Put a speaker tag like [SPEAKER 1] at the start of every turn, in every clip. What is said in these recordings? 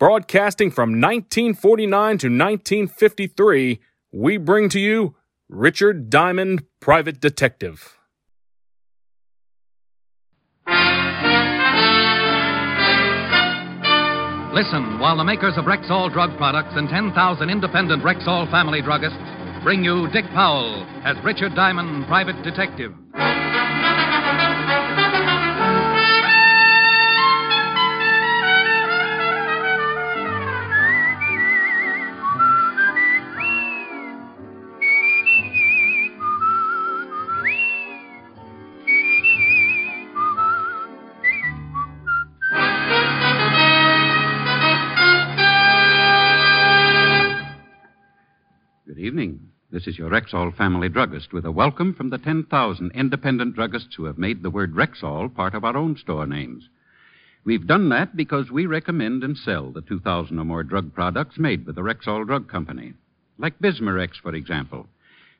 [SPEAKER 1] broadcasting from 1949 to 1953, we bring to you Richard Diamond, Private Detective.
[SPEAKER 2] Listen while the makers of Rexall drug products and 10,000 independent Rexall family druggists bring you Dick Powell as Richard Diamond, private detective.
[SPEAKER 3] Good evening. This is your Rexall family druggist with a welcome from the 10,000 independent druggists who have made the word Rexall part of our own store names. We've done that because we recommend and sell the 2,000 or more drug products made by the Rexall Drug Company, like Bismarex, for example.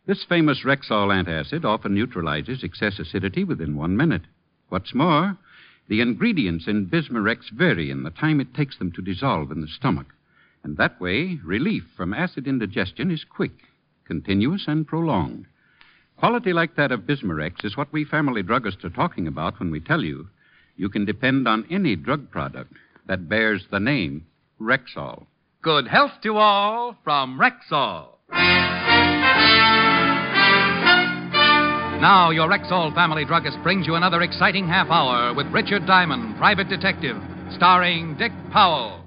[SPEAKER 3] This famous Rexall antacid often neutralizes excess acidity within one minute. What's more, the ingredients in Bismarex vary in the time it takes them to dissolve in the stomach. And that way, relief from acid indigestion is quick, continuous, and prolonged. Quality like that of Bismarex is what we family druggists are talking about when we tell you you can depend on any drug product that bears the name Rexall.
[SPEAKER 2] Good health to all from Rexall. Now, your Rexall family druggist brings you another exciting half hour with Richard Diamond, private detective, starring Dick Powell.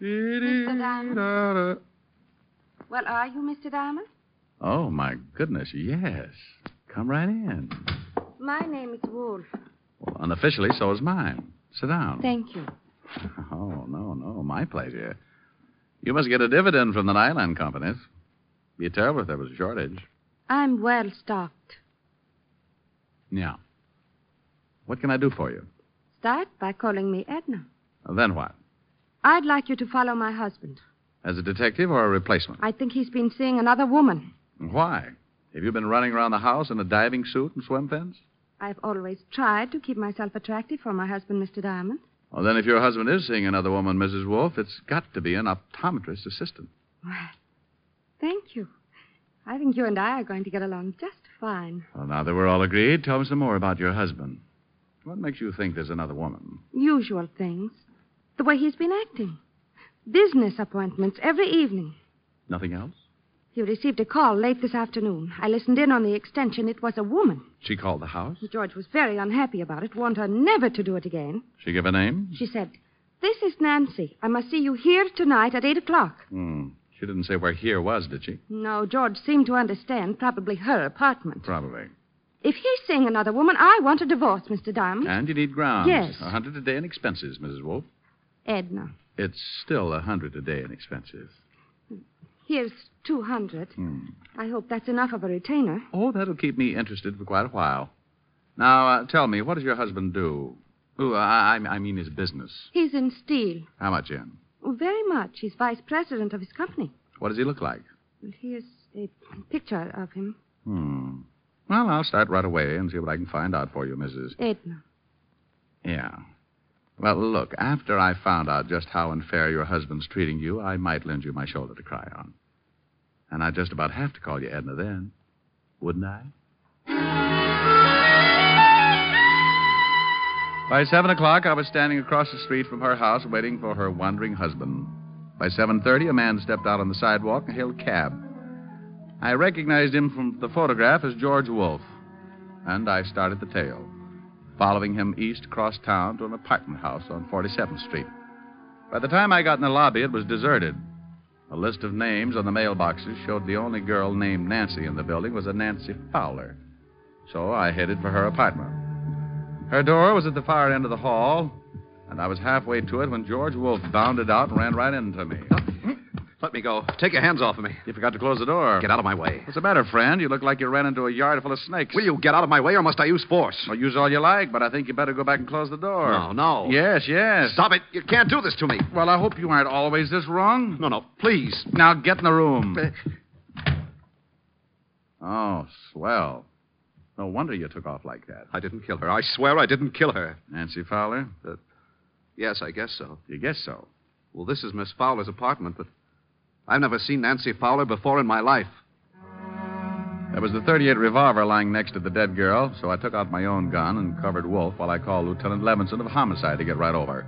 [SPEAKER 4] Mr. Diamond? Well, are you Mr. Diamond?
[SPEAKER 5] Oh, my goodness, yes. Come right in.
[SPEAKER 4] My name is Wolf.
[SPEAKER 5] Well, unofficially, so is mine. Sit down.
[SPEAKER 4] Thank you.
[SPEAKER 5] Oh, no, no, my pleasure. You must get a dividend from the nylon companies. Be terrible if there was a shortage.
[SPEAKER 4] I'm well stocked.
[SPEAKER 5] Yeah. What can I do for you?
[SPEAKER 4] Start by calling me Edna.
[SPEAKER 5] Then what?
[SPEAKER 4] I'd like you to follow my husband.
[SPEAKER 5] As a detective or a replacement?
[SPEAKER 4] I think he's been seeing another woman.
[SPEAKER 5] Why? Have you been running around the house in a diving suit and swim fins?
[SPEAKER 4] I've always tried to keep myself attractive for my husband, Mr. Diamond.
[SPEAKER 5] Well, then, if your husband is seeing another woman, Mrs. Wolf, it's got to be an optometrist assistant.
[SPEAKER 4] Well, thank you. I think you and I are going to get along just fine.
[SPEAKER 5] Well, now that we're all agreed, tell me some more about your husband. What makes you think there's another woman?
[SPEAKER 4] Usual things. The way he's been acting. Business appointments every evening.
[SPEAKER 5] Nothing else?
[SPEAKER 4] He received a call late this afternoon. I listened in on the extension. It was a woman.
[SPEAKER 5] She called the house.
[SPEAKER 4] George was very unhappy about it, warned her never to do it again.
[SPEAKER 5] She gave a name?
[SPEAKER 4] She said, This is Nancy. I must see you here tonight at 8 o'clock.
[SPEAKER 5] Hmm. She didn't say where here was, did she?
[SPEAKER 4] No, George seemed to understand. Probably her apartment.
[SPEAKER 5] Probably.
[SPEAKER 4] If he's seeing another woman, I want a divorce, Mr. Diamond.
[SPEAKER 5] And you need grounds.
[SPEAKER 4] Yes.
[SPEAKER 5] A hundred a day in expenses, Mrs. Wolf.
[SPEAKER 4] Edna,
[SPEAKER 5] It's still a hundred a day in expenses.
[SPEAKER 4] here's 200.
[SPEAKER 5] Hmm.
[SPEAKER 4] I hope that's enough of a retainer.
[SPEAKER 5] Oh, that'll keep me interested for quite a while. Now, uh, tell me, what does your husband do? Ooh, I, I I mean his business.
[SPEAKER 4] He's in steel.
[SPEAKER 5] How much in?
[SPEAKER 4] Oh, very much. He's vice president of his company.
[SPEAKER 5] What does he look like?
[SPEAKER 4] And here's a picture of him.
[SPEAKER 5] Hmm. Well, I'll start right away and see what I can find out for you, Mrs.
[SPEAKER 4] Edna.
[SPEAKER 5] Yeah. Well, look, after I found out just how unfair your husband's treating you, I might lend you my shoulder to cry on. And I'd just about have to call you Edna then, wouldn't I? By seven o'clock, I was standing across the street from her house waiting for her wandering husband. By seven thirty, a man stepped out on the sidewalk and hailed a cab. I recognized him from the photograph as George Wolfe, and I started the tale following him east across town to an apartment house on 47th Street. By the time I got in the lobby, it was deserted, A list of names on the mailboxes showed the only girl named Nancy in the building was a Nancy Fowler. So I headed for her apartment. Her door was at the far end of the hall, and I was halfway to it when George Wolf bounded out and ran right into me.
[SPEAKER 3] Let me go. Take your hands off of me.
[SPEAKER 5] You forgot to close the door.
[SPEAKER 3] Get out of my way.
[SPEAKER 5] What's the matter, friend? You look like you ran into a yard full of snakes.
[SPEAKER 3] Will you get out of my way or must I use force?
[SPEAKER 5] Well, use all you like, but I think you better go back and close the door.
[SPEAKER 3] No, no.
[SPEAKER 5] Yes, yes.
[SPEAKER 3] Oh. Stop it. You can't do this to me.
[SPEAKER 5] Well, I hope you aren't always this wrong.
[SPEAKER 3] No, no. Please.
[SPEAKER 5] Now get in the room.
[SPEAKER 3] Uh,
[SPEAKER 5] Oh, swell. No wonder you took off like that.
[SPEAKER 3] I didn't kill her. I swear I didn't kill her.
[SPEAKER 5] Nancy Fowler?
[SPEAKER 3] Yes, I guess so.
[SPEAKER 5] You guess so.
[SPEAKER 3] Well, this is Miss Fowler's apartment, but I've never seen Nancy Fowler before in my life.
[SPEAKER 5] There was the 38 revolver lying next to the dead girl, so I took out my own gun and covered Wolf while I called Lieutenant Levinson of homicide to get right over.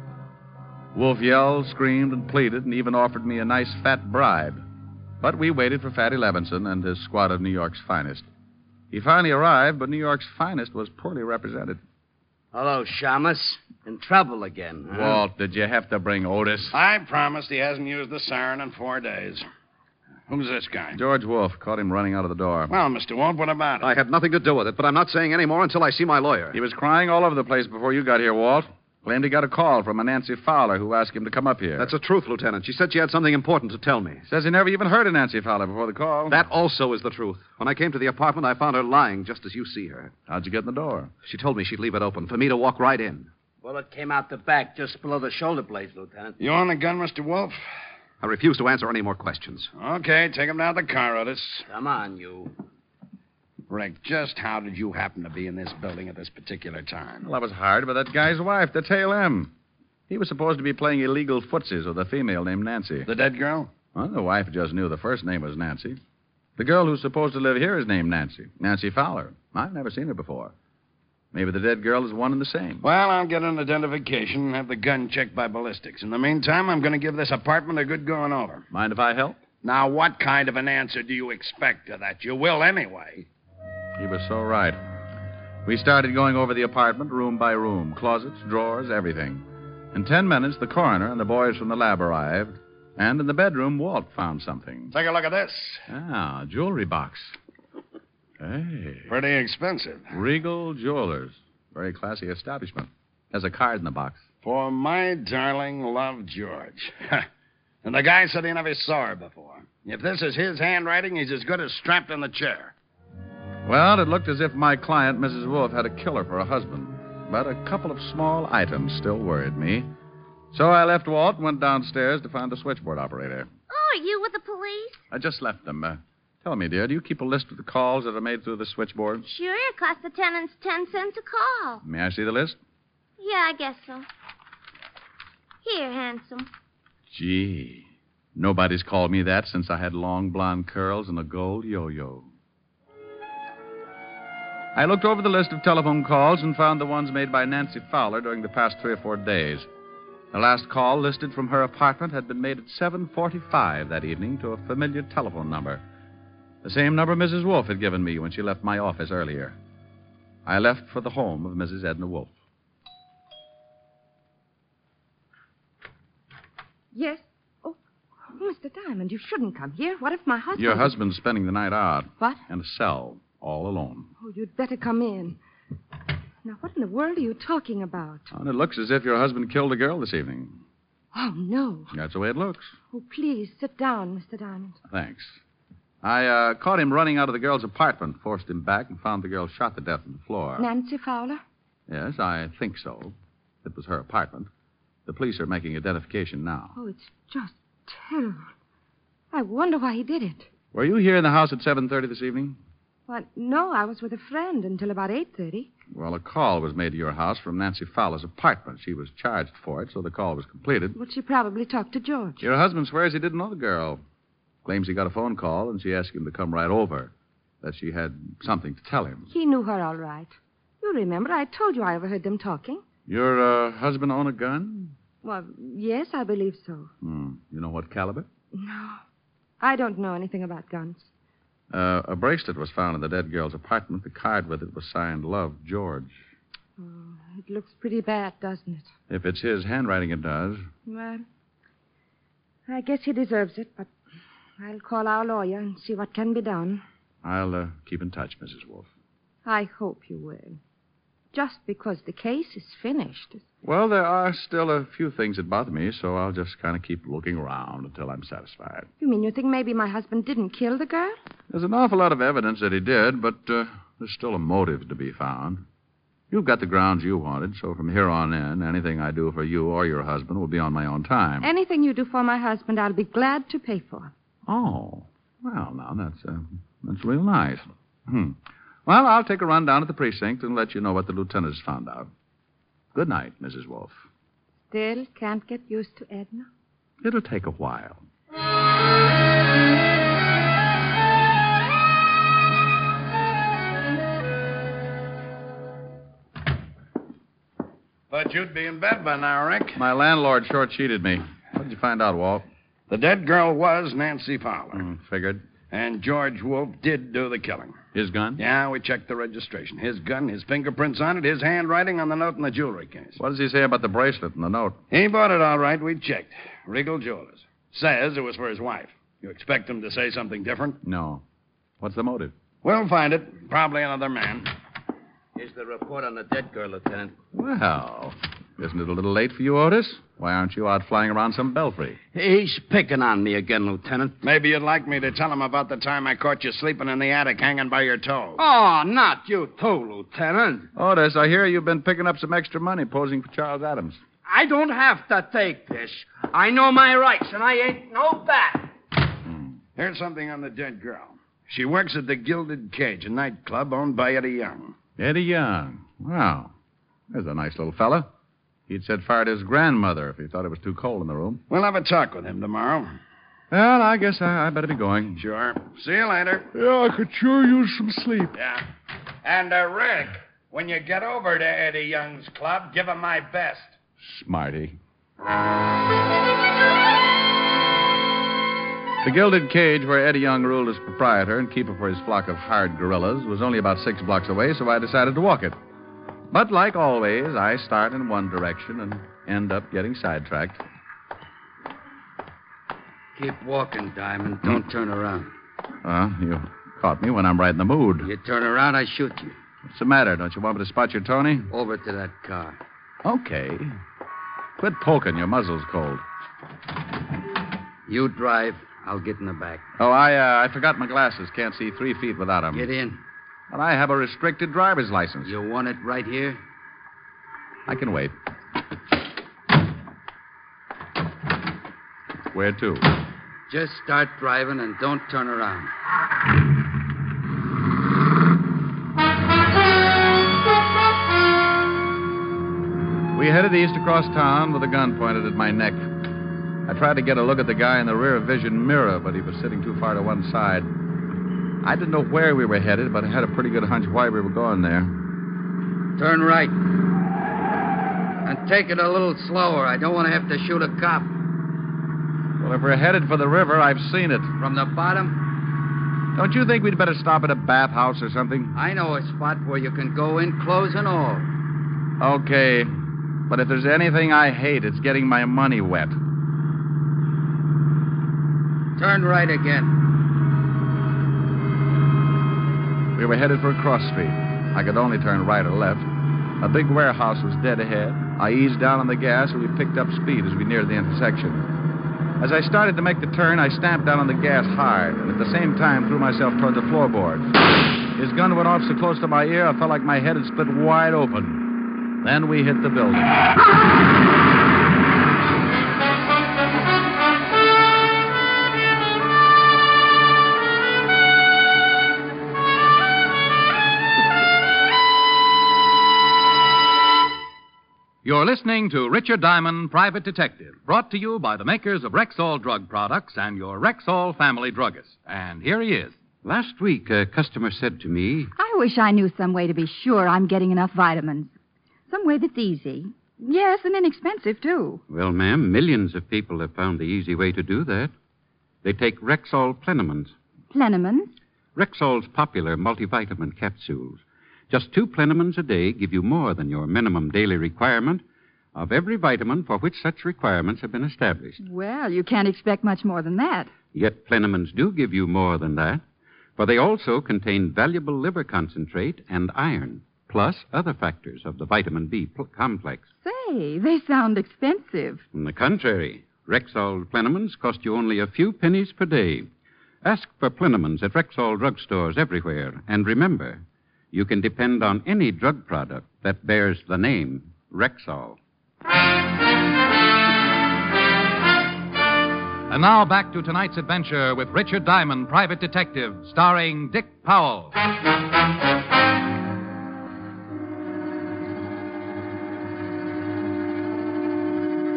[SPEAKER 5] Wolf yelled, screamed, and pleaded, and even offered me a nice fat bribe. But we waited for Fatty Levinson and his squad of New York's finest. He finally arrived, but New York's finest was poorly represented.
[SPEAKER 6] Hello, Shamus. In trouble again, huh?
[SPEAKER 5] Walt, did you have to bring Otis?
[SPEAKER 7] I promised he hasn't used the siren in four days. Who's this guy?
[SPEAKER 5] George Wolf caught him running out of the door.
[SPEAKER 7] Well, Mr. Walt, what about it?
[SPEAKER 3] I had nothing to do with it, but I'm not saying any more until I see my lawyer.
[SPEAKER 5] He was crying all over the place before you got here, Walt. Claimed he got a call from a Nancy Fowler who asked him to come up here.
[SPEAKER 3] That's the truth, Lieutenant. She said she had something important to tell me.
[SPEAKER 5] Says he never even heard of Nancy Fowler before the call.
[SPEAKER 3] That also is the truth. When I came to the apartment, I found her lying just as you see her.
[SPEAKER 5] How'd you get in the door?
[SPEAKER 3] She told me she'd leave it open for me to walk right in.
[SPEAKER 6] Bullet came out the back just below the shoulder blades, Lieutenant.
[SPEAKER 7] You on the gun, Mr. Wolf?
[SPEAKER 3] I refused to answer any more questions.
[SPEAKER 7] Okay, take him down to the car, Otis.
[SPEAKER 6] Come on, you.
[SPEAKER 7] Rick, just how did you happen to be in this building at this particular time?
[SPEAKER 5] Well, I was hired by that guy's wife, the tail M. He was supposed to be playing illegal footsies with a female named Nancy.
[SPEAKER 7] The dead girl?
[SPEAKER 5] Well, the wife just knew the first name was Nancy. The girl who's supposed to live here is named Nancy. Nancy Fowler. I've never seen her before. Maybe the dead girl is one and the same.
[SPEAKER 7] Well, I'll get an identification and have the gun checked by ballistics. In the meantime, I'm going to give this apartment a good going over.
[SPEAKER 5] Mind if I help?
[SPEAKER 7] Now, what kind of an answer do you expect to that? You will anyway.
[SPEAKER 5] He was so right. We started going over the apartment room by room, closets, drawers, everything. In ten minutes, the coroner and the boys from the lab arrived, and in the bedroom, Walt found something.
[SPEAKER 7] Take a look at this.
[SPEAKER 5] Ah, a jewelry box. Hey,
[SPEAKER 7] Pretty expensive.
[SPEAKER 5] Regal Jewelers. Very classy establishment. There's a card in the box.
[SPEAKER 7] For my darling love, George. and the guy said he never saw her before. If this is his handwriting, he's as good as strapped in the chair.
[SPEAKER 5] Well, it looked as if my client, Mrs. Wolf, had a killer for a husband. But a couple of small items still worried me. So I left Walt and went downstairs to find the switchboard operator.
[SPEAKER 8] Oh, are you with the police?
[SPEAKER 5] I just left them. Uh, tell me, dear, do you keep a list of the calls that are made through the switchboard?
[SPEAKER 8] Sure, it costs the tenants ten cents a call.
[SPEAKER 5] May I see the list?
[SPEAKER 8] Yeah, I guess so. Here, handsome.
[SPEAKER 5] Gee, nobody's called me that since I had long blonde curls and a gold yo yo. I looked over the list of telephone calls and found the ones made by Nancy Fowler during the past three or four days. The last call listed from her apartment had been made at 7:45 that evening to a familiar telephone number, the same number Mrs. Wolf had given me when she left my office earlier. I left for the home of Mrs. Edna Wolf.
[SPEAKER 4] Yes? Oh, Mr. Diamond, you shouldn't come here. What if my husband.
[SPEAKER 5] Your husband's spending the night out
[SPEAKER 4] What?
[SPEAKER 5] in a cell, all alone.
[SPEAKER 4] Oh, you'd better come in. Now, what in the world are you talking about?
[SPEAKER 5] And it looks as if your husband killed a girl this evening.
[SPEAKER 4] Oh, no.
[SPEAKER 5] That's the way it looks.
[SPEAKER 4] Oh, please sit down, Mr. Diamond.
[SPEAKER 5] Thanks. I uh, caught him running out of the girl's apartment, forced him back, and found the girl shot to death on the floor.
[SPEAKER 4] Nancy Fowler?
[SPEAKER 5] Yes, I think so. It was her apartment. The police are making identification now.
[SPEAKER 4] Oh, it's just terrible. I wonder why he did it.
[SPEAKER 5] Were you here in the house at 7.30 this evening?
[SPEAKER 4] Well, no, I was with a friend until about 8.30.
[SPEAKER 5] Well, a call was made to your house from Nancy Fowler's apartment. She was charged for it, so the call was completed.
[SPEAKER 4] Well, she probably talked to George.
[SPEAKER 5] Your husband swears he didn't know the girl. Claims he got a phone call, and she asked him to come right over. That she had something to tell him.
[SPEAKER 4] He knew her all right. You remember, I told you I overheard them talking.
[SPEAKER 5] Your uh, husband own a gun?
[SPEAKER 4] Well, yes, I believe so.
[SPEAKER 5] Hmm. You know what caliber?
[SPEAKER 4] No, I don't know anything about guns.
[SPEAKER 5] Uh, a bracelet was found in the dead girl's apartment. The card with it was signed Love George.
[SPEAKER 4] Oh, it looks pretty bad, doesn't it?
[SPEAKER 5] If it's his handwriting, it does.
[SPEAKER 4] Well, I guess he deserves it, but I'll call our lawyer and see what can be done.
[SPEAKER 5] I'll uh, keep in touch, Mrs. Wolf.
[SPEAKER 4] I hope you will. Just because the case is finished.
[SPEAKER 5] Well, there are still a few things that bother me, so I'll just kind of keep looking around until I'm satisfied.
[SPEAKER 4] You mean you think maybe my husband didn't kill the girl?
[SPEAKER 5] There's an awful lot of evidence that he did, but uh, there's still a motive to be found. You've got the grounds you wanted, so from here on in, anything I do for you or your husband will be on my own time.
[SPEAKER 4] Anything you do for my husband, I'll be glad to pay for.
[SPEAKER 5] Oh, well, now that's uh, that's real nice. Hmm. Well, I'll take a run down at the precinct and let you know what the lieutenant's found out. Good night, Mrs. Wolf.
[SPEAKER 4] Still can't get used to Edna.
[SPEAKER 5] It'll take a while.
[SPEAKER 7] Thought you'd be in bed by now, Rick.
[SPEAKER 5] My landlord short-sheeted me. What did you find out, Walt?
[SPEAKER 7] The dead girl was Nancy Fowler.
[SPEAKER 5] Mm, figured.
[SPEAKER 7] And George Wolf did do the killing.
[SPEAKER 5] His gun?
[SPEAKER 7] Yeah, we checked the registration. His gun, his fingerprints on it, his handwriting on the note in the jewelry case.
[SPEAKER 5] What does he say about the bracelet and the note?
[SPEAKER 7] He bought it all right. We checked. Regal Jewelers. Says it was for his wife. You expect him to say something different?
[SPEAKER 5] No. What's the motive?
[SPEAKER 7] We'll find it. Probably another man.
[SPEAKER 6] Here's the report on the dead girl, Lieutenant.
[SPEAKER 5] Well, isn't it a little late for you, Otis? Why aren't you out flying around some belfry?
[SPEAKER 6] He's picking on me again, Lieutenant.
[SPEAKER 7] Maybe you'd like me to tell him about the time I caught you sleeping in the attic hanging by your toe.
[SPEAKER 6] Oh, not you too, Lieutenant.
[SPEAKER 5] Otis, I hear you've been picking up some extra money posing for Charles Adams.
[SPEAKER 6] I don't have to take this. I know my rights, and I ain't no bat.
[SPEAKER 7] Here's something on the dead girl. She works at the Gilded Cage, a nightclub owned by Eddie Young.
[SPEAKER 5] Eddie Young. Wow. There's a nice little fella. He'd said fired his grandmother if he thought it was too cold in the room.
[SPEAKER 7] We'll have a talk with him tomorrow.
[SPEAKER 5] Well, I guess I, I better be going.
[SPEAKER 7] Sure. See you later.
[SPEAKER 9] Yeah, I could sure use some sleep.
[SPEAKER 7] Yeah. And, uh, Rick, when you get over to Eddie Young's club, give him my best.
[SPEAKER 5] Smarty. The gilded cage where Eddie Young ruled as proprietor and keeper for his flock of hired gorillas was only about six blocks away, so I decided to walk it. But like always, I start in one direction and end up getting sidetracked.
[SPEAKER 6] Keep walking, Diamond. Don't turn around.
[SPEAKER 5] Uh, you caught me when I'm right in the mood.
[SPEAKER 6] You turn around, I shoot you.
[SPEAKER 5] What's the matter? Don't you want me to spot your Tony?
[SPEAKER 6] Over to that car.
[SPEAKER 5] Okay. Quit poking. Your muzzle's cold.
[SPEAKER 6] You drive. I'll get in the back.
[SPEAKER 5] Oh, I uh, I forgot my glasses. Can't see three feet without them.
[SPEAKER 6] Get in.
[SPEAKER 5] But I have a restricted driver's license.
[SPEAKER 6] You want it right here?
[SPEAKER 5] I can wait. Where to?
[SPEAKER 6] Just start driving and don't turn around.
[SPEAKER 5] We headed east across town with a gun pointed at my neck. I tried to get a look at the guy in the rear vision mirror, but he was sitting too far to one side. I didn't know where we were headed, but I had a pretty good hunch why we were going there.
[SPEAKER 6] Turn right. And take it a little slower. I don't want to have to shoot a cop.
[SPEAKER 5] Well, if we're headed for the river, I've seen it.
[SPEAKER 6] From the bottom?
[SPEAKER 5] Don't you think we'd better stop at a bathhouse or something?
[SPEAKER 6] I know a spot where you can go in, clothes and all.
[SPEAKER 5] Okay. But if there's anything I hate, it's getting my money wet.
[SPEAKER 6] Turn right again.
[SPEAKER 5] We were headed for a cross street. I could only turn right or left. A big warehouse was dead ahead. I eased down on the gas and we picked up speed as we neared the intersection. As I started to make the turn, I stamped down on the gas hard and at the same time threw myself toward the floorboard. His gun went off so close to my ear, I felt like my head had split wide open. Then we hit the building.
[SPEAKER 2] You're listening to Richard Diamond, Private Detective, brought to you by the makers of Rexall Drug Products and your Rexall family druggist. And here he is.
[SPEAKER 3] Last week, a customer said to me,
[SPEAKER 10] I wish I knew some way to be sure I'm getting enough vitamins. Some way that's easy. Yes, and inexpensive, too.
[SPEAKER 3] Well, ma'am, millions of people have found the easy way to do that. They take Rexall Plenamins.
[SPEAKER 10] Plenamins?
[SPEAKER 3] Rexall's popular multivitamin capsules. Just two plenamins a day give you more than your minimum daily requirement of every vitamin for which such requirements have been established.
[SPEAKER 10] Well, you can't expect much more than that.
[SPEAKER 3] Yet plenamins do give you more than that, for they also contain valuable liver concentrate and iron, plus other factors of the vitamin B pl- complex.
[SPEAKER 10] Say, they sound expensive.
[SPEAKER 3] On the contrary, Rexall plenamins cost you only a few pennies per day. Ask for plenamins at Rexall drugstores everywhere, and remember, you can depend on any drug product that bears the name Rexall.
[SPEAKER 2] And now back to tonight's adventure with Richard Diamond, Private Detective, starring Dick Powell.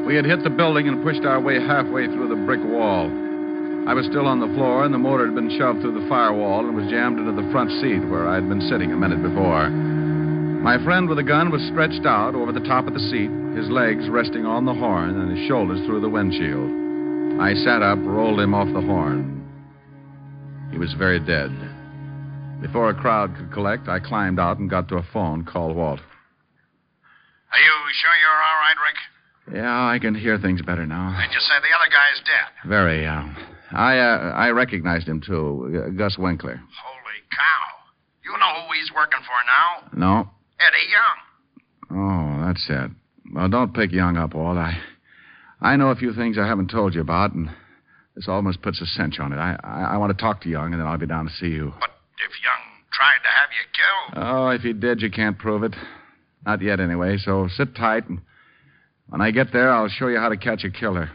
[SPEAKER 5] We had hit the building and pushed our way halfway through the brick wall. I was still on the floor, and the motor had been shoved through the firewall and was jammed into the front seat where I had been sitting a minute before. My friend with the gun was stretched out over the top of the seat, his legs resting on the horn and his shoulders through the windshield. I sat up, rolled him off the horn. He was very dead. Before a crowd could collect, I climbed out and got to a phone, called Walt.
[SPEAKER 7] Are you sure you're all right, Rick?
[SPEAKER 5] Yeah, I can hear things better now.
[SPEAKER 7] They just say the other guy's dead.
[SPEAKER 5] Very, uh, I, uh, I recognized him, too, uh, Gus Winkler.
[SPEAKER 7] Holy cow. You know who he's working for now?
[SPEAKER 5] No?
[SPEAKER 7] Eddie Young.
[SPEAKER 5] Oh, that's it. Well, don't pick Young up, Walt. I, I know a few things I haven't told you about, and this almost puts a cinch on it. I, I, I want to talk to Young, and then I'll be down to see you.
[SPEAKER 7] But if Young tried to have you killed.
[SPEAKER 5] Oh, if he did, you can't prove it. Not yet, anyway, so sit tight and. When I get there, I'll show you how to catch a killer.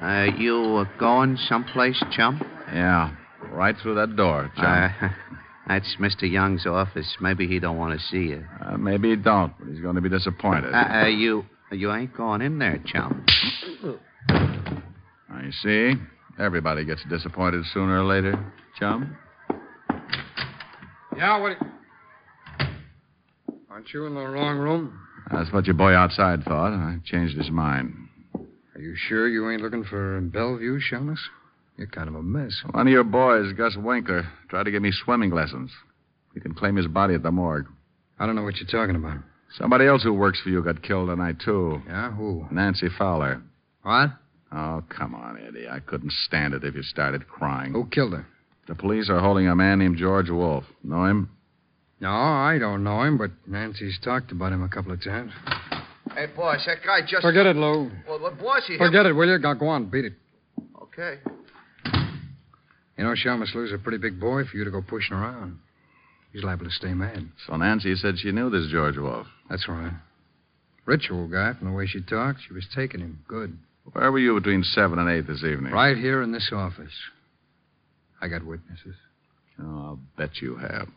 [SPEAKER 11] Are you uh, going someplace, chum?
[SPEAKER 5] Yeah, right through that door, chum.
[SPEAKER 11] Uh, that's Mr. Young's office. Maybe he don't want to see you.
[SPEAKER 5] Uh, maybe he don't, but he's going to be disappointed.
[SPEAKER 11] Uh, you, you ain't going in there, chum.
[SPEAKER 5] I see. Everybody gets disappointed sooner or later, chum.
[SPEAKER 12] Yeah, what? Aren't you in the wrong room?
[SPEAKER 5] That's what your boy outside thought. I changed his mind.
[SPEAKER 12] Are you sure you ain't looking for Bellevue, Shamus? You're kind of a mess.
[SPEAKER 5] One of your boys, Gus Winkler, tried to give me swimming lessons. You can claim his body at the morgue.
[SPEAKER 12] I don't know what you're talking about.
[SPEAKER 5] Somebody else who works for you got killed tonight, too.
[SPEAKER 12] Yeah, who?
[SPEAKER 5] Nancy Fowler.
[SPEAKER 12] What?
[SPEAKER 5] Oh, come on, Eddie. I couldn't stand it if you started crying.
[SPEAKER 12] Who killed her?
[SPEAKER 5] The police are holding a man named George Wolf. Know him?
[SPEAKER 12] No, I don't know him, but Nancy's talked about him a couple of times.
[SPEAKER 11] Hey, boss, that guy just.
[SPEAKER 12] Forget it, Lou.
[SPEAKER 11] Well, the boss, he.
[SPEAKER 12] Forget it, will you? Go, go on, beat it.
[SPEAKER 11] Okay.
[SPEAKER 12] You know, Shamus Lou's a pretty big boy for you to go pushing around. He's liable to stay mad.
[SPEAKER 5] So Nancy said she knew this George Wolf.
[SPEAKER 12] That's right. Ritual guy, from the way she talked, she was taking him good.
[SPEAKER 5] Where were you between 7 and 8 this evening?
[SPEAKER 12] Right here in this office. I got witnesses.
[SPEAKER 5] Oh, I'll bet you have.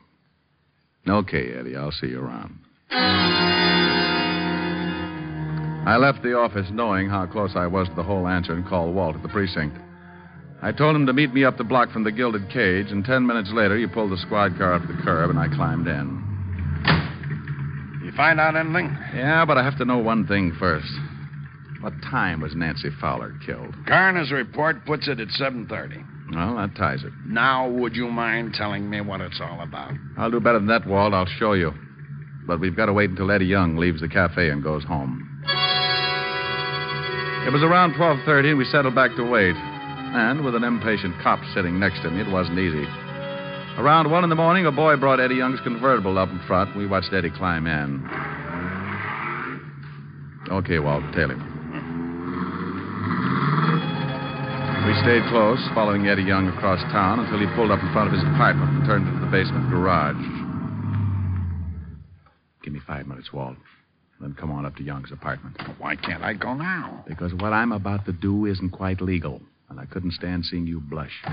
[SPEAKER 5] Okay, Eddie, I'll see you around. I left the office knowing how close I was to the whole answer and called Walt at the precinct. I told him to meet me up the block from the gilded cage, and ten minutes later, he pulled the squad car up the curb, and I climbed in.
[SPEAKER 7] You find out anything?
[SPEAKER 5] Yeah, but I have to know one thing first. What time was Nancy Fowler killed?
[SPEAKER 7] Garner's report puts it at 7.30.
[SPEAKER 5] Well, that ties it.
[SPEAKER 7] Now, would you mind telling me what it's all about?
[SPEAKER 5] I'll do better than that, Walt. I'll show you. But we've got to wait until Eddie Young leaves the cafe and goes home. It was around 12.30, and we settled back to wait. And with an impatient cop sitting next to me, it wasn't easy. Around 1 in the morning, a boy brought Eddie Young's convertible up in front. We watched Eddie climb in. Okay, Walt, tail him. We stayed close, following Eddie Young across town until he pulled up in front of his apartment and turned into the basement garage. Give me five minutes, Walt. Then come on up to Young's apartment.
[SPEAKER 7] Why can't I go now?
[SPEAKER 5] Because what I'm about to do isn't quite legal, and I couldn't stand seeing you blush.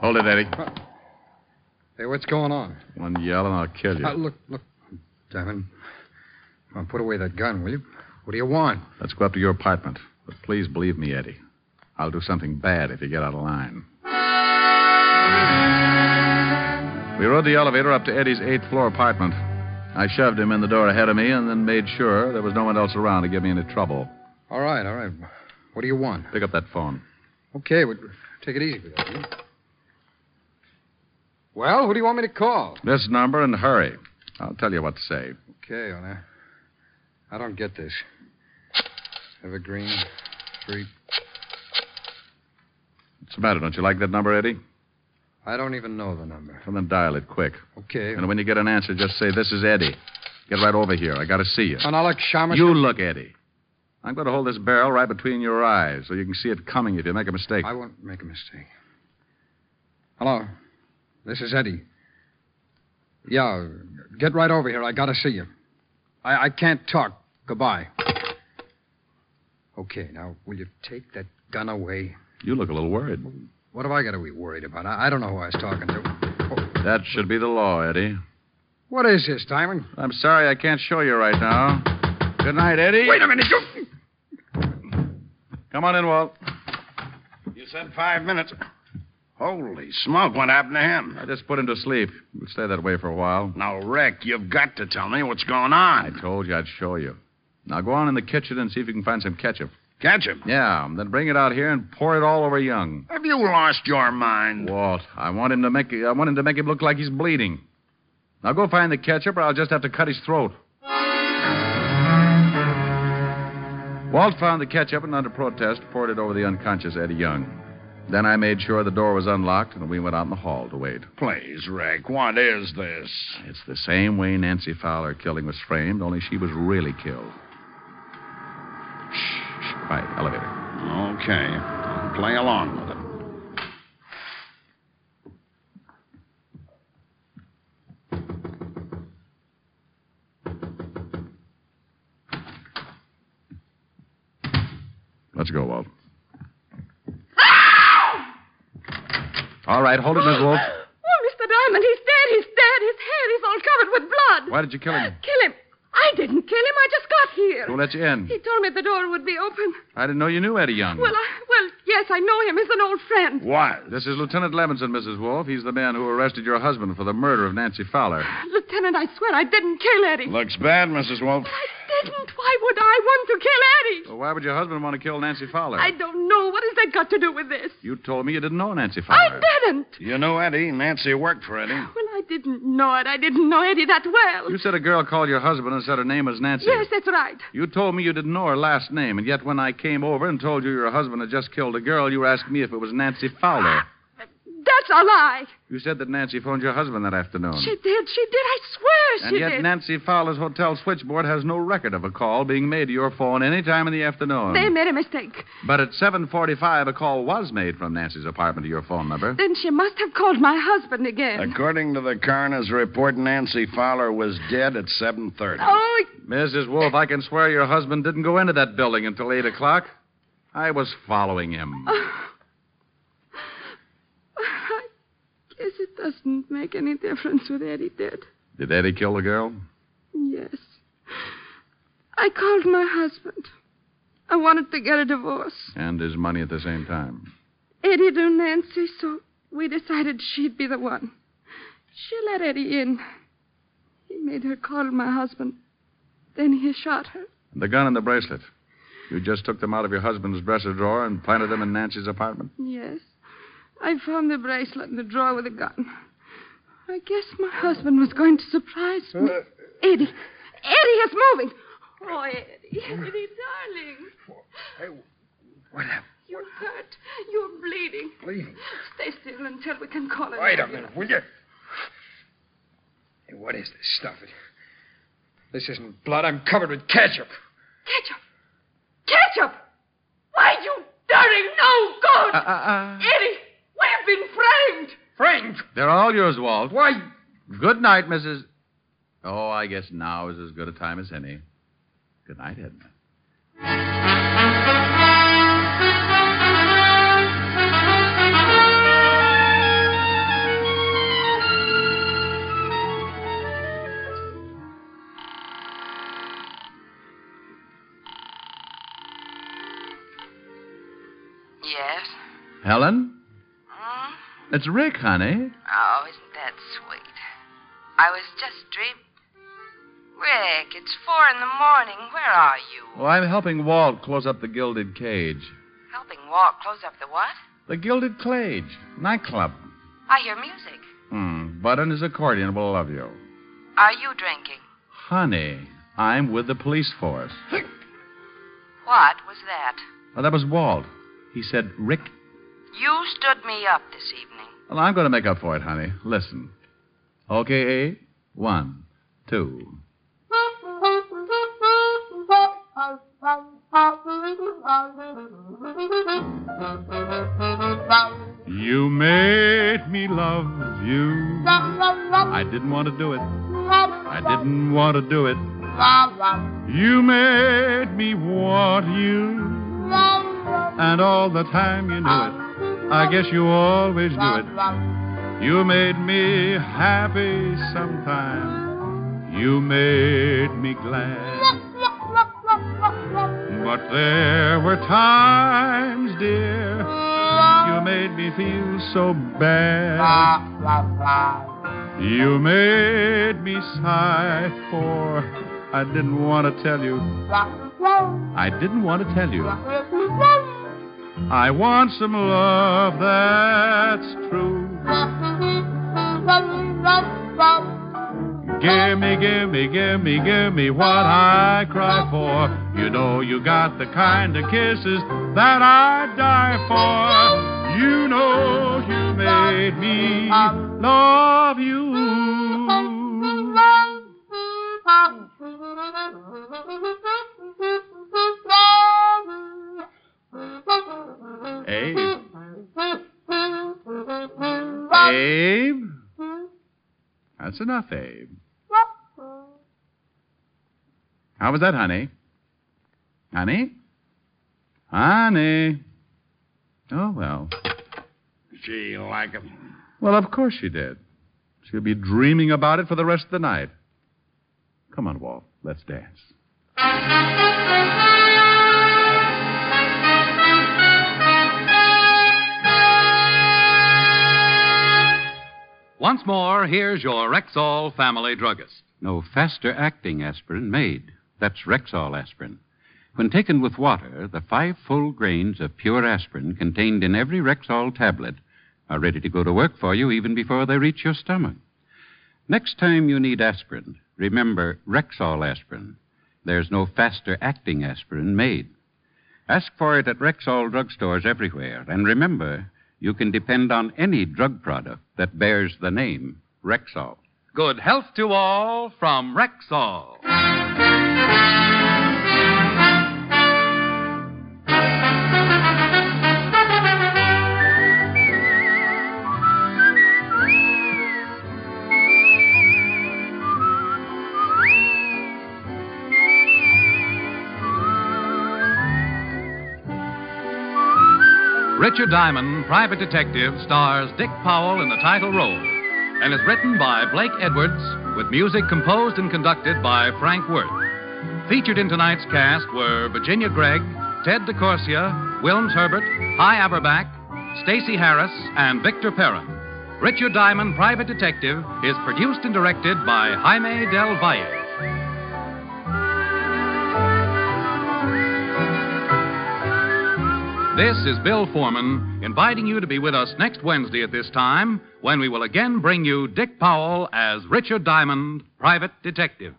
[SPEAKER 5] Hold it, Eddie.
[SPEAKER 12] Hey, what's going on?
[SPEAKER 5] One yell and I'll kill you.
[SPEAKER 12] Uh, look, look, Diamond. Well, put away that gun, will you? What do you want?
[SPEAKER 5] Let's go up to your apartment. But please believe me, Eddie. I'll do something bad if you get out of line. We rode the elevator up to Eddie's eighth floor apartment. I shoved him in the door ahead of me and then made sure there was no one else around to give me any trouble.
[SPEAKER 12] All right, all right. What do you want?
[SPEAKER 5] Pick up that phone.
[SPEAKER 12] Okay, well, take it easy with that. huh? Well, who do you want me to call?
[SPEAKER 5] This number and hurry. I'll tell you what to say.
[SPEAKER 12] Okay, well, now, I don't get this. Evergreen Street.
[SPEAKER 5] What's the matter? Don't you like that number, Eddie?
[SPEAKER 12] I don't even know the number.
[SPEAKER 5] Well, then dial it quick.
[SPEAKER 12] Okay.
[SPEAKER 5] And when you get an answer, just say, This is Eddie. Get right over here. I got to see you.
[SPEAKER 12] And I'll look Shamus.
[SPEAKER 5] You look, Eddie. I'm going to hold this barrel right between your eyes so you can see it coming if you make a mistake.
[SPEAKER 12] I won't make a mistake. Hello. This is Eddie. Yeah, get right over here. I got to see you. I, I can't talk. Goodbye. Okay, now, will you take that gun away?
[SPEAKER 5] You look a little worried.
[SPEAKER 12] What have I got to be worried about? I, I don't know who I was talking to.
[SPEAKER 5] That should be the law, Eddie.
[SPEAKER 12] What is this, Diamond?
[SPEAKER 5] I'm sorry I can't show you right now. Good night, Eddie.
[SPEAKER 12] Wait a minute, you.
[SPEAKER 5] Come on in, Walt.
[SPEAKER 7] You said five minutes. Holy smoke, what happened to him?
[SPEAKER 5] I just put him to sleep. We'll stay that way for a while.
[SPEAKER 7] Now, Rick, you've got to tell me what's going
[SPEAKER 5] I
[SPEAKER 7] on.
[SPEAKER 5] told you I'd show you. Now go on in the kitchen and see if you can find some ketchup.
[SPEAKER 7] Catch him.
[SPEAKER 5] Yeah, then bring it out here and pour it all over Young.
[SPEAKER 7] Have you lost your mind?
[SPEAKER 5] Walt, I want him to make I want him to make him look like he's bleeding. Now go find the ketchup, or I'll just have to cut his throat. Walt found the ketchup and, under protest, poured it over the unconscious Eddie Young. Then I made sure the door was unlocked, and we went out in the hall to wait.
[SPEAKER 7] Please, Rick, what is this?
[SPEAKER 5] It's the same way Nancy Fowler killing was framed, only she was really killed. Shh, shh, quiet, elevator.
[SPEAKER 7] Okay, I'll play along with it.
[SPEAKER 5] Let's go, Walt. All right, hold it, Miss Wolf.
[SPEAKER 6] Oh, Mr. Diamond, he's dead. He's dead. His head is all covered with blood. Uh,
[SPEAKER 5] Why did you kill him?
[SPEAKER 6] Kill him. I didn't kill him. I just got here.
[SPEAKER 5] Who let you in?
[SPEAKER 6] He told me the door would be open.
[SPEAKER 5] I didn't know you knew Eddie Young.
[SPEAKER 6] Well, I, well, yes, I know him. He's an old friend.
[SPEAKER 7] What?
[SPEAKER 5] This is Lieutenant Levinson, Mrs. Wolf. He's the man who arrested your husband for the murder of Nancy Fowler.
[SPEAKER 6] Lieutenant, I swear I didn't kill Eddie.
[SPEAKER 7] Looks bad, Mrs. Wolf.
[SPEAKER 6] I didn't. Why would I want to kill Eddie?
[SPEAKER 5] Well, why would your husband want to kill Nancy Fowler?
[SPEAKER 6] I don't know. What has that got to do with this?
[SPEAKER 5] You told me you didn't know Nancy
[SPEAKER 6] I
[SPEAKER 5] Fowler.
[SPEAKER 6] didn't.
[SPEAKER 7] You know Eddie. Nancy worked for Eddie.
[SPEAKER 6] Well, I didn't know it. I didn't know Eddie that well.
[SPEAKER 5] You said a girl called your husband and said her name was Nancy.
[SPEAKER 6] Yes, that's right.
[SPEAKER 5] You told me you didn't know her last name, and yet when I came over and told you your husband had just killed a girl, you asked me if it was Nancy Fowler.
[SPEAKER 6] That's a lie.
[SPEAKER 5] You said that Nancy phoned your husband that afternoon.
[SPEAKER 6] She did. She did. I swear
[SPEAKER 5] Oh. and
[SPEAKER 6] she
[SPEAKER 5] yet
[SPEAKER 6] did.
[SPEAKER 5] Nancy Fowler's hotel switchboard has no record of a call being made to your phone any time in the afternoon.
[SPEAKER 6] They made a mistake.
[SPEAKER 5] But at 7:45 a call was made from Nancy's apartment to your phone number.
[SPEAKER 6] Then she must have called my husband again.
[SPEAKER 7] According to the coroner's report, Nancy Fowler was dead at 7.30.
[SPEAKER 6] Oh,
[SPEAKER 5] Mrs. Wolf, I can swear your husband didn't go into that building until 8 o'clock. I was following him.
[SPEAKER 6] Oh, I guess it doesn't make any difference what Eddie did.
[SPEAKER 5] Did Eddie kill the girl?
[SPEAKER 6] Yes. I called my husband. I wanted to get a divorce.
[SPEAKER 5] And his money at the same time.
[SPEAKER 6] Eddie knew Nancy, so we decided she'd be the one. She let Eddie in. He made her call my husband. Then he shot her.
[SPEAKER 5] The gun and the bracelet. You just took them out of your husband's dresser drawer and planted them in Nancy's apartment?
[SPEAKER 6] Yes. I found the bracelet in the drawer with the gun. I guess my husband was going to surprise
[SPEAKER 12] Uh,
[SPEAKER 6] me. Eddie. Eddie is moving. Oh, Eddie. Eddie, darling.
[SPEAKER 12] What happened?
[SPEAKER 6] You're hurt. You're bleeding.
[SPEAKER 12] Please.
[SPEAKER 6] Stay still until we can call an
[SPEAKER 12] Wait a
[SPEAKER 6] ambulance.
[SPEAKER 12] minute, will you? Hey, what is this stuff? This isn't blood. I'm covered with ketchup.
[SPEAKER 6] Ketchup! Ketchup! Why, you darling, no good!
[SPEAKER 5] Uh, uh, uh.
[SPEAKER 6] Eddie, we've been framed!
[SPEAKER 12] Frank!
[SPEAKER 5] They're all yours, Walt.
[SPEAKER 12] Why?
[SPEAKER 5] Good night, Mrs. Oh, I guess now is as good a time as any. Good night, Edna.
[SPEAKER 4] Yes?
[SPEAKER 5] Helen?
[SPEAKER 4] Hmm?
[SPEAKER 5] It's Rick, honey.
[SPEAKER 4] Oh, isn't that
[SPEAKER 13] that's sweet. I was just dreaming. Rick, it's four in the morning. Where are you?
[SPEAKER 5] Well, I'm helping Walt close up the gilded cage.
[SPEAKER 13] Helping Walt close up the what?
[SPEAKER 5] The gilded cage. Nightclub.
[SPEAKER 13] I hear music.
[SPEAKER 5] Hmm. Bud and his accordion will love you.
[SPEAKER 13] Are you drinking?
[SPEAKER 5] Honey, I'm with the police force.
[SPEAKER 13] What was that?
[SPEAKER 5] Well, that was Walt. He said, Rick.
[SPEAKER 13] You stood me up this evening.
[SPEAKER 5] Well, I'm going to make up for it, honey. Listen. Okay, A. One, two.
[SPEAKER 14] You made me love you. I didn't want to do it. I didn't want to do it. You made me want you. And all the time you knew it. I guess you always knew it. You made me happy sometimes. You made me glad. But there were times, dear, you made me feel so
[SPEAKER 8] Ah.
[SPEAKER 14] bad. You made me sigh for I didn't want to tell you. I didn't want to tell you. I want some love that's true. Gimme, gimme, gimme, gimme what I cry for. You know you got the kind of kisses that I die for. You know you made me love you. Abe. Abe.
[SPEAKER 5] That's enough, Abe. How was that, honey? Honey? Honey. Oh, well.
[SPEAKER 7] She like him.
[SPEAKER 5] Well, of course she did. She'll be dreaming about it for the rest of the night. Come on, Walt. Let's dance.
[SPEAKER 2] Once more, here's your Rexall family druggist.
[SPEAKER 3] No faster acting aspirin made. That's Rexall aspirin. When taken with water, the five full grains of pure aspirin contained in every Rexall tablet are ready to go to work for you even before they reach your stomach. Next time you need aspirin, remember Rexall aspirin. There's no faster acting aspirin made. Ask for it at Rexall drugstores everywhere, and remember, you can depend on any drug product that bears the name Rexall.
[SPEAKER 2] Good health to all from Rexall. Richard Diamond, Private Detective, stars Dick Powell in the title role and is written by Blake Edwards with music composed and conducted by Frank Worth. Featured in tonight's cast were Virginia Gregg, Ted DeCorsia, Wilms Herbert, High Averback, Stacy Harris, and Victor Perrin. Richard Diamond, Private Detective, is produced and directed by Jaime Del Valle. This is Bill Foreman inviting you to be with us next Wednesday at this time when we will again bring you Dick Powell as Richard Diamond, Private Detective.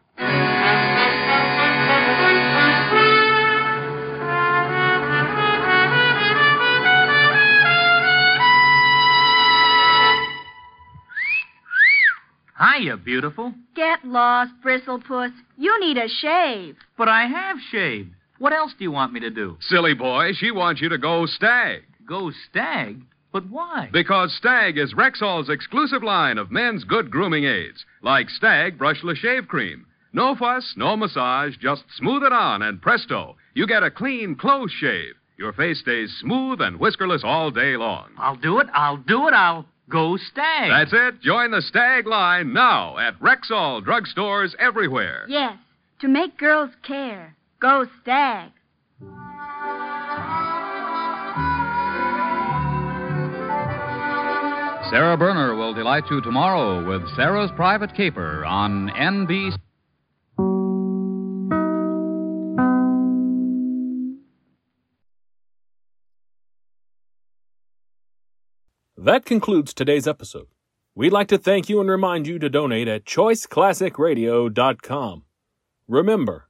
[SPEAKER 15] Hiya, beautiful.
[SPEAKER 16] Get lost, Bristlepuss. You need a shave.
[SPEAKER 15] But I have shaved. What else do you want me to do?
[SPEAKER 14] Silly boy, she wants you to go stag.
[SPEAKER 15] Go stag? But why?
[SPEAKER 14] Because Stag is Rexall's exclusive line of men's good grooming aids, like Stag Brushless Shave Cream. No fuss, no massage, just smooth it on, and presto, you get a clean, close shave. Your face stays smooth and whiskerless all day long.
[SPEAKER 15] I'll do it, I'll do it, I'll go stag.
[SPEAKER 14] That's it. Join the Stag line now at Rexall drugstores everywhere.
[SPEAKER 16] Yes, to make girls care. Go stag.
[SPEAKER 2] Sarah Berner will delight you tomorrow with Sarah's Private Caper on NBC.
[SPEAKER 1] That concludes today's episode. We'd like to thank you and remind you to donate at choiceclassicradio.com. Remember,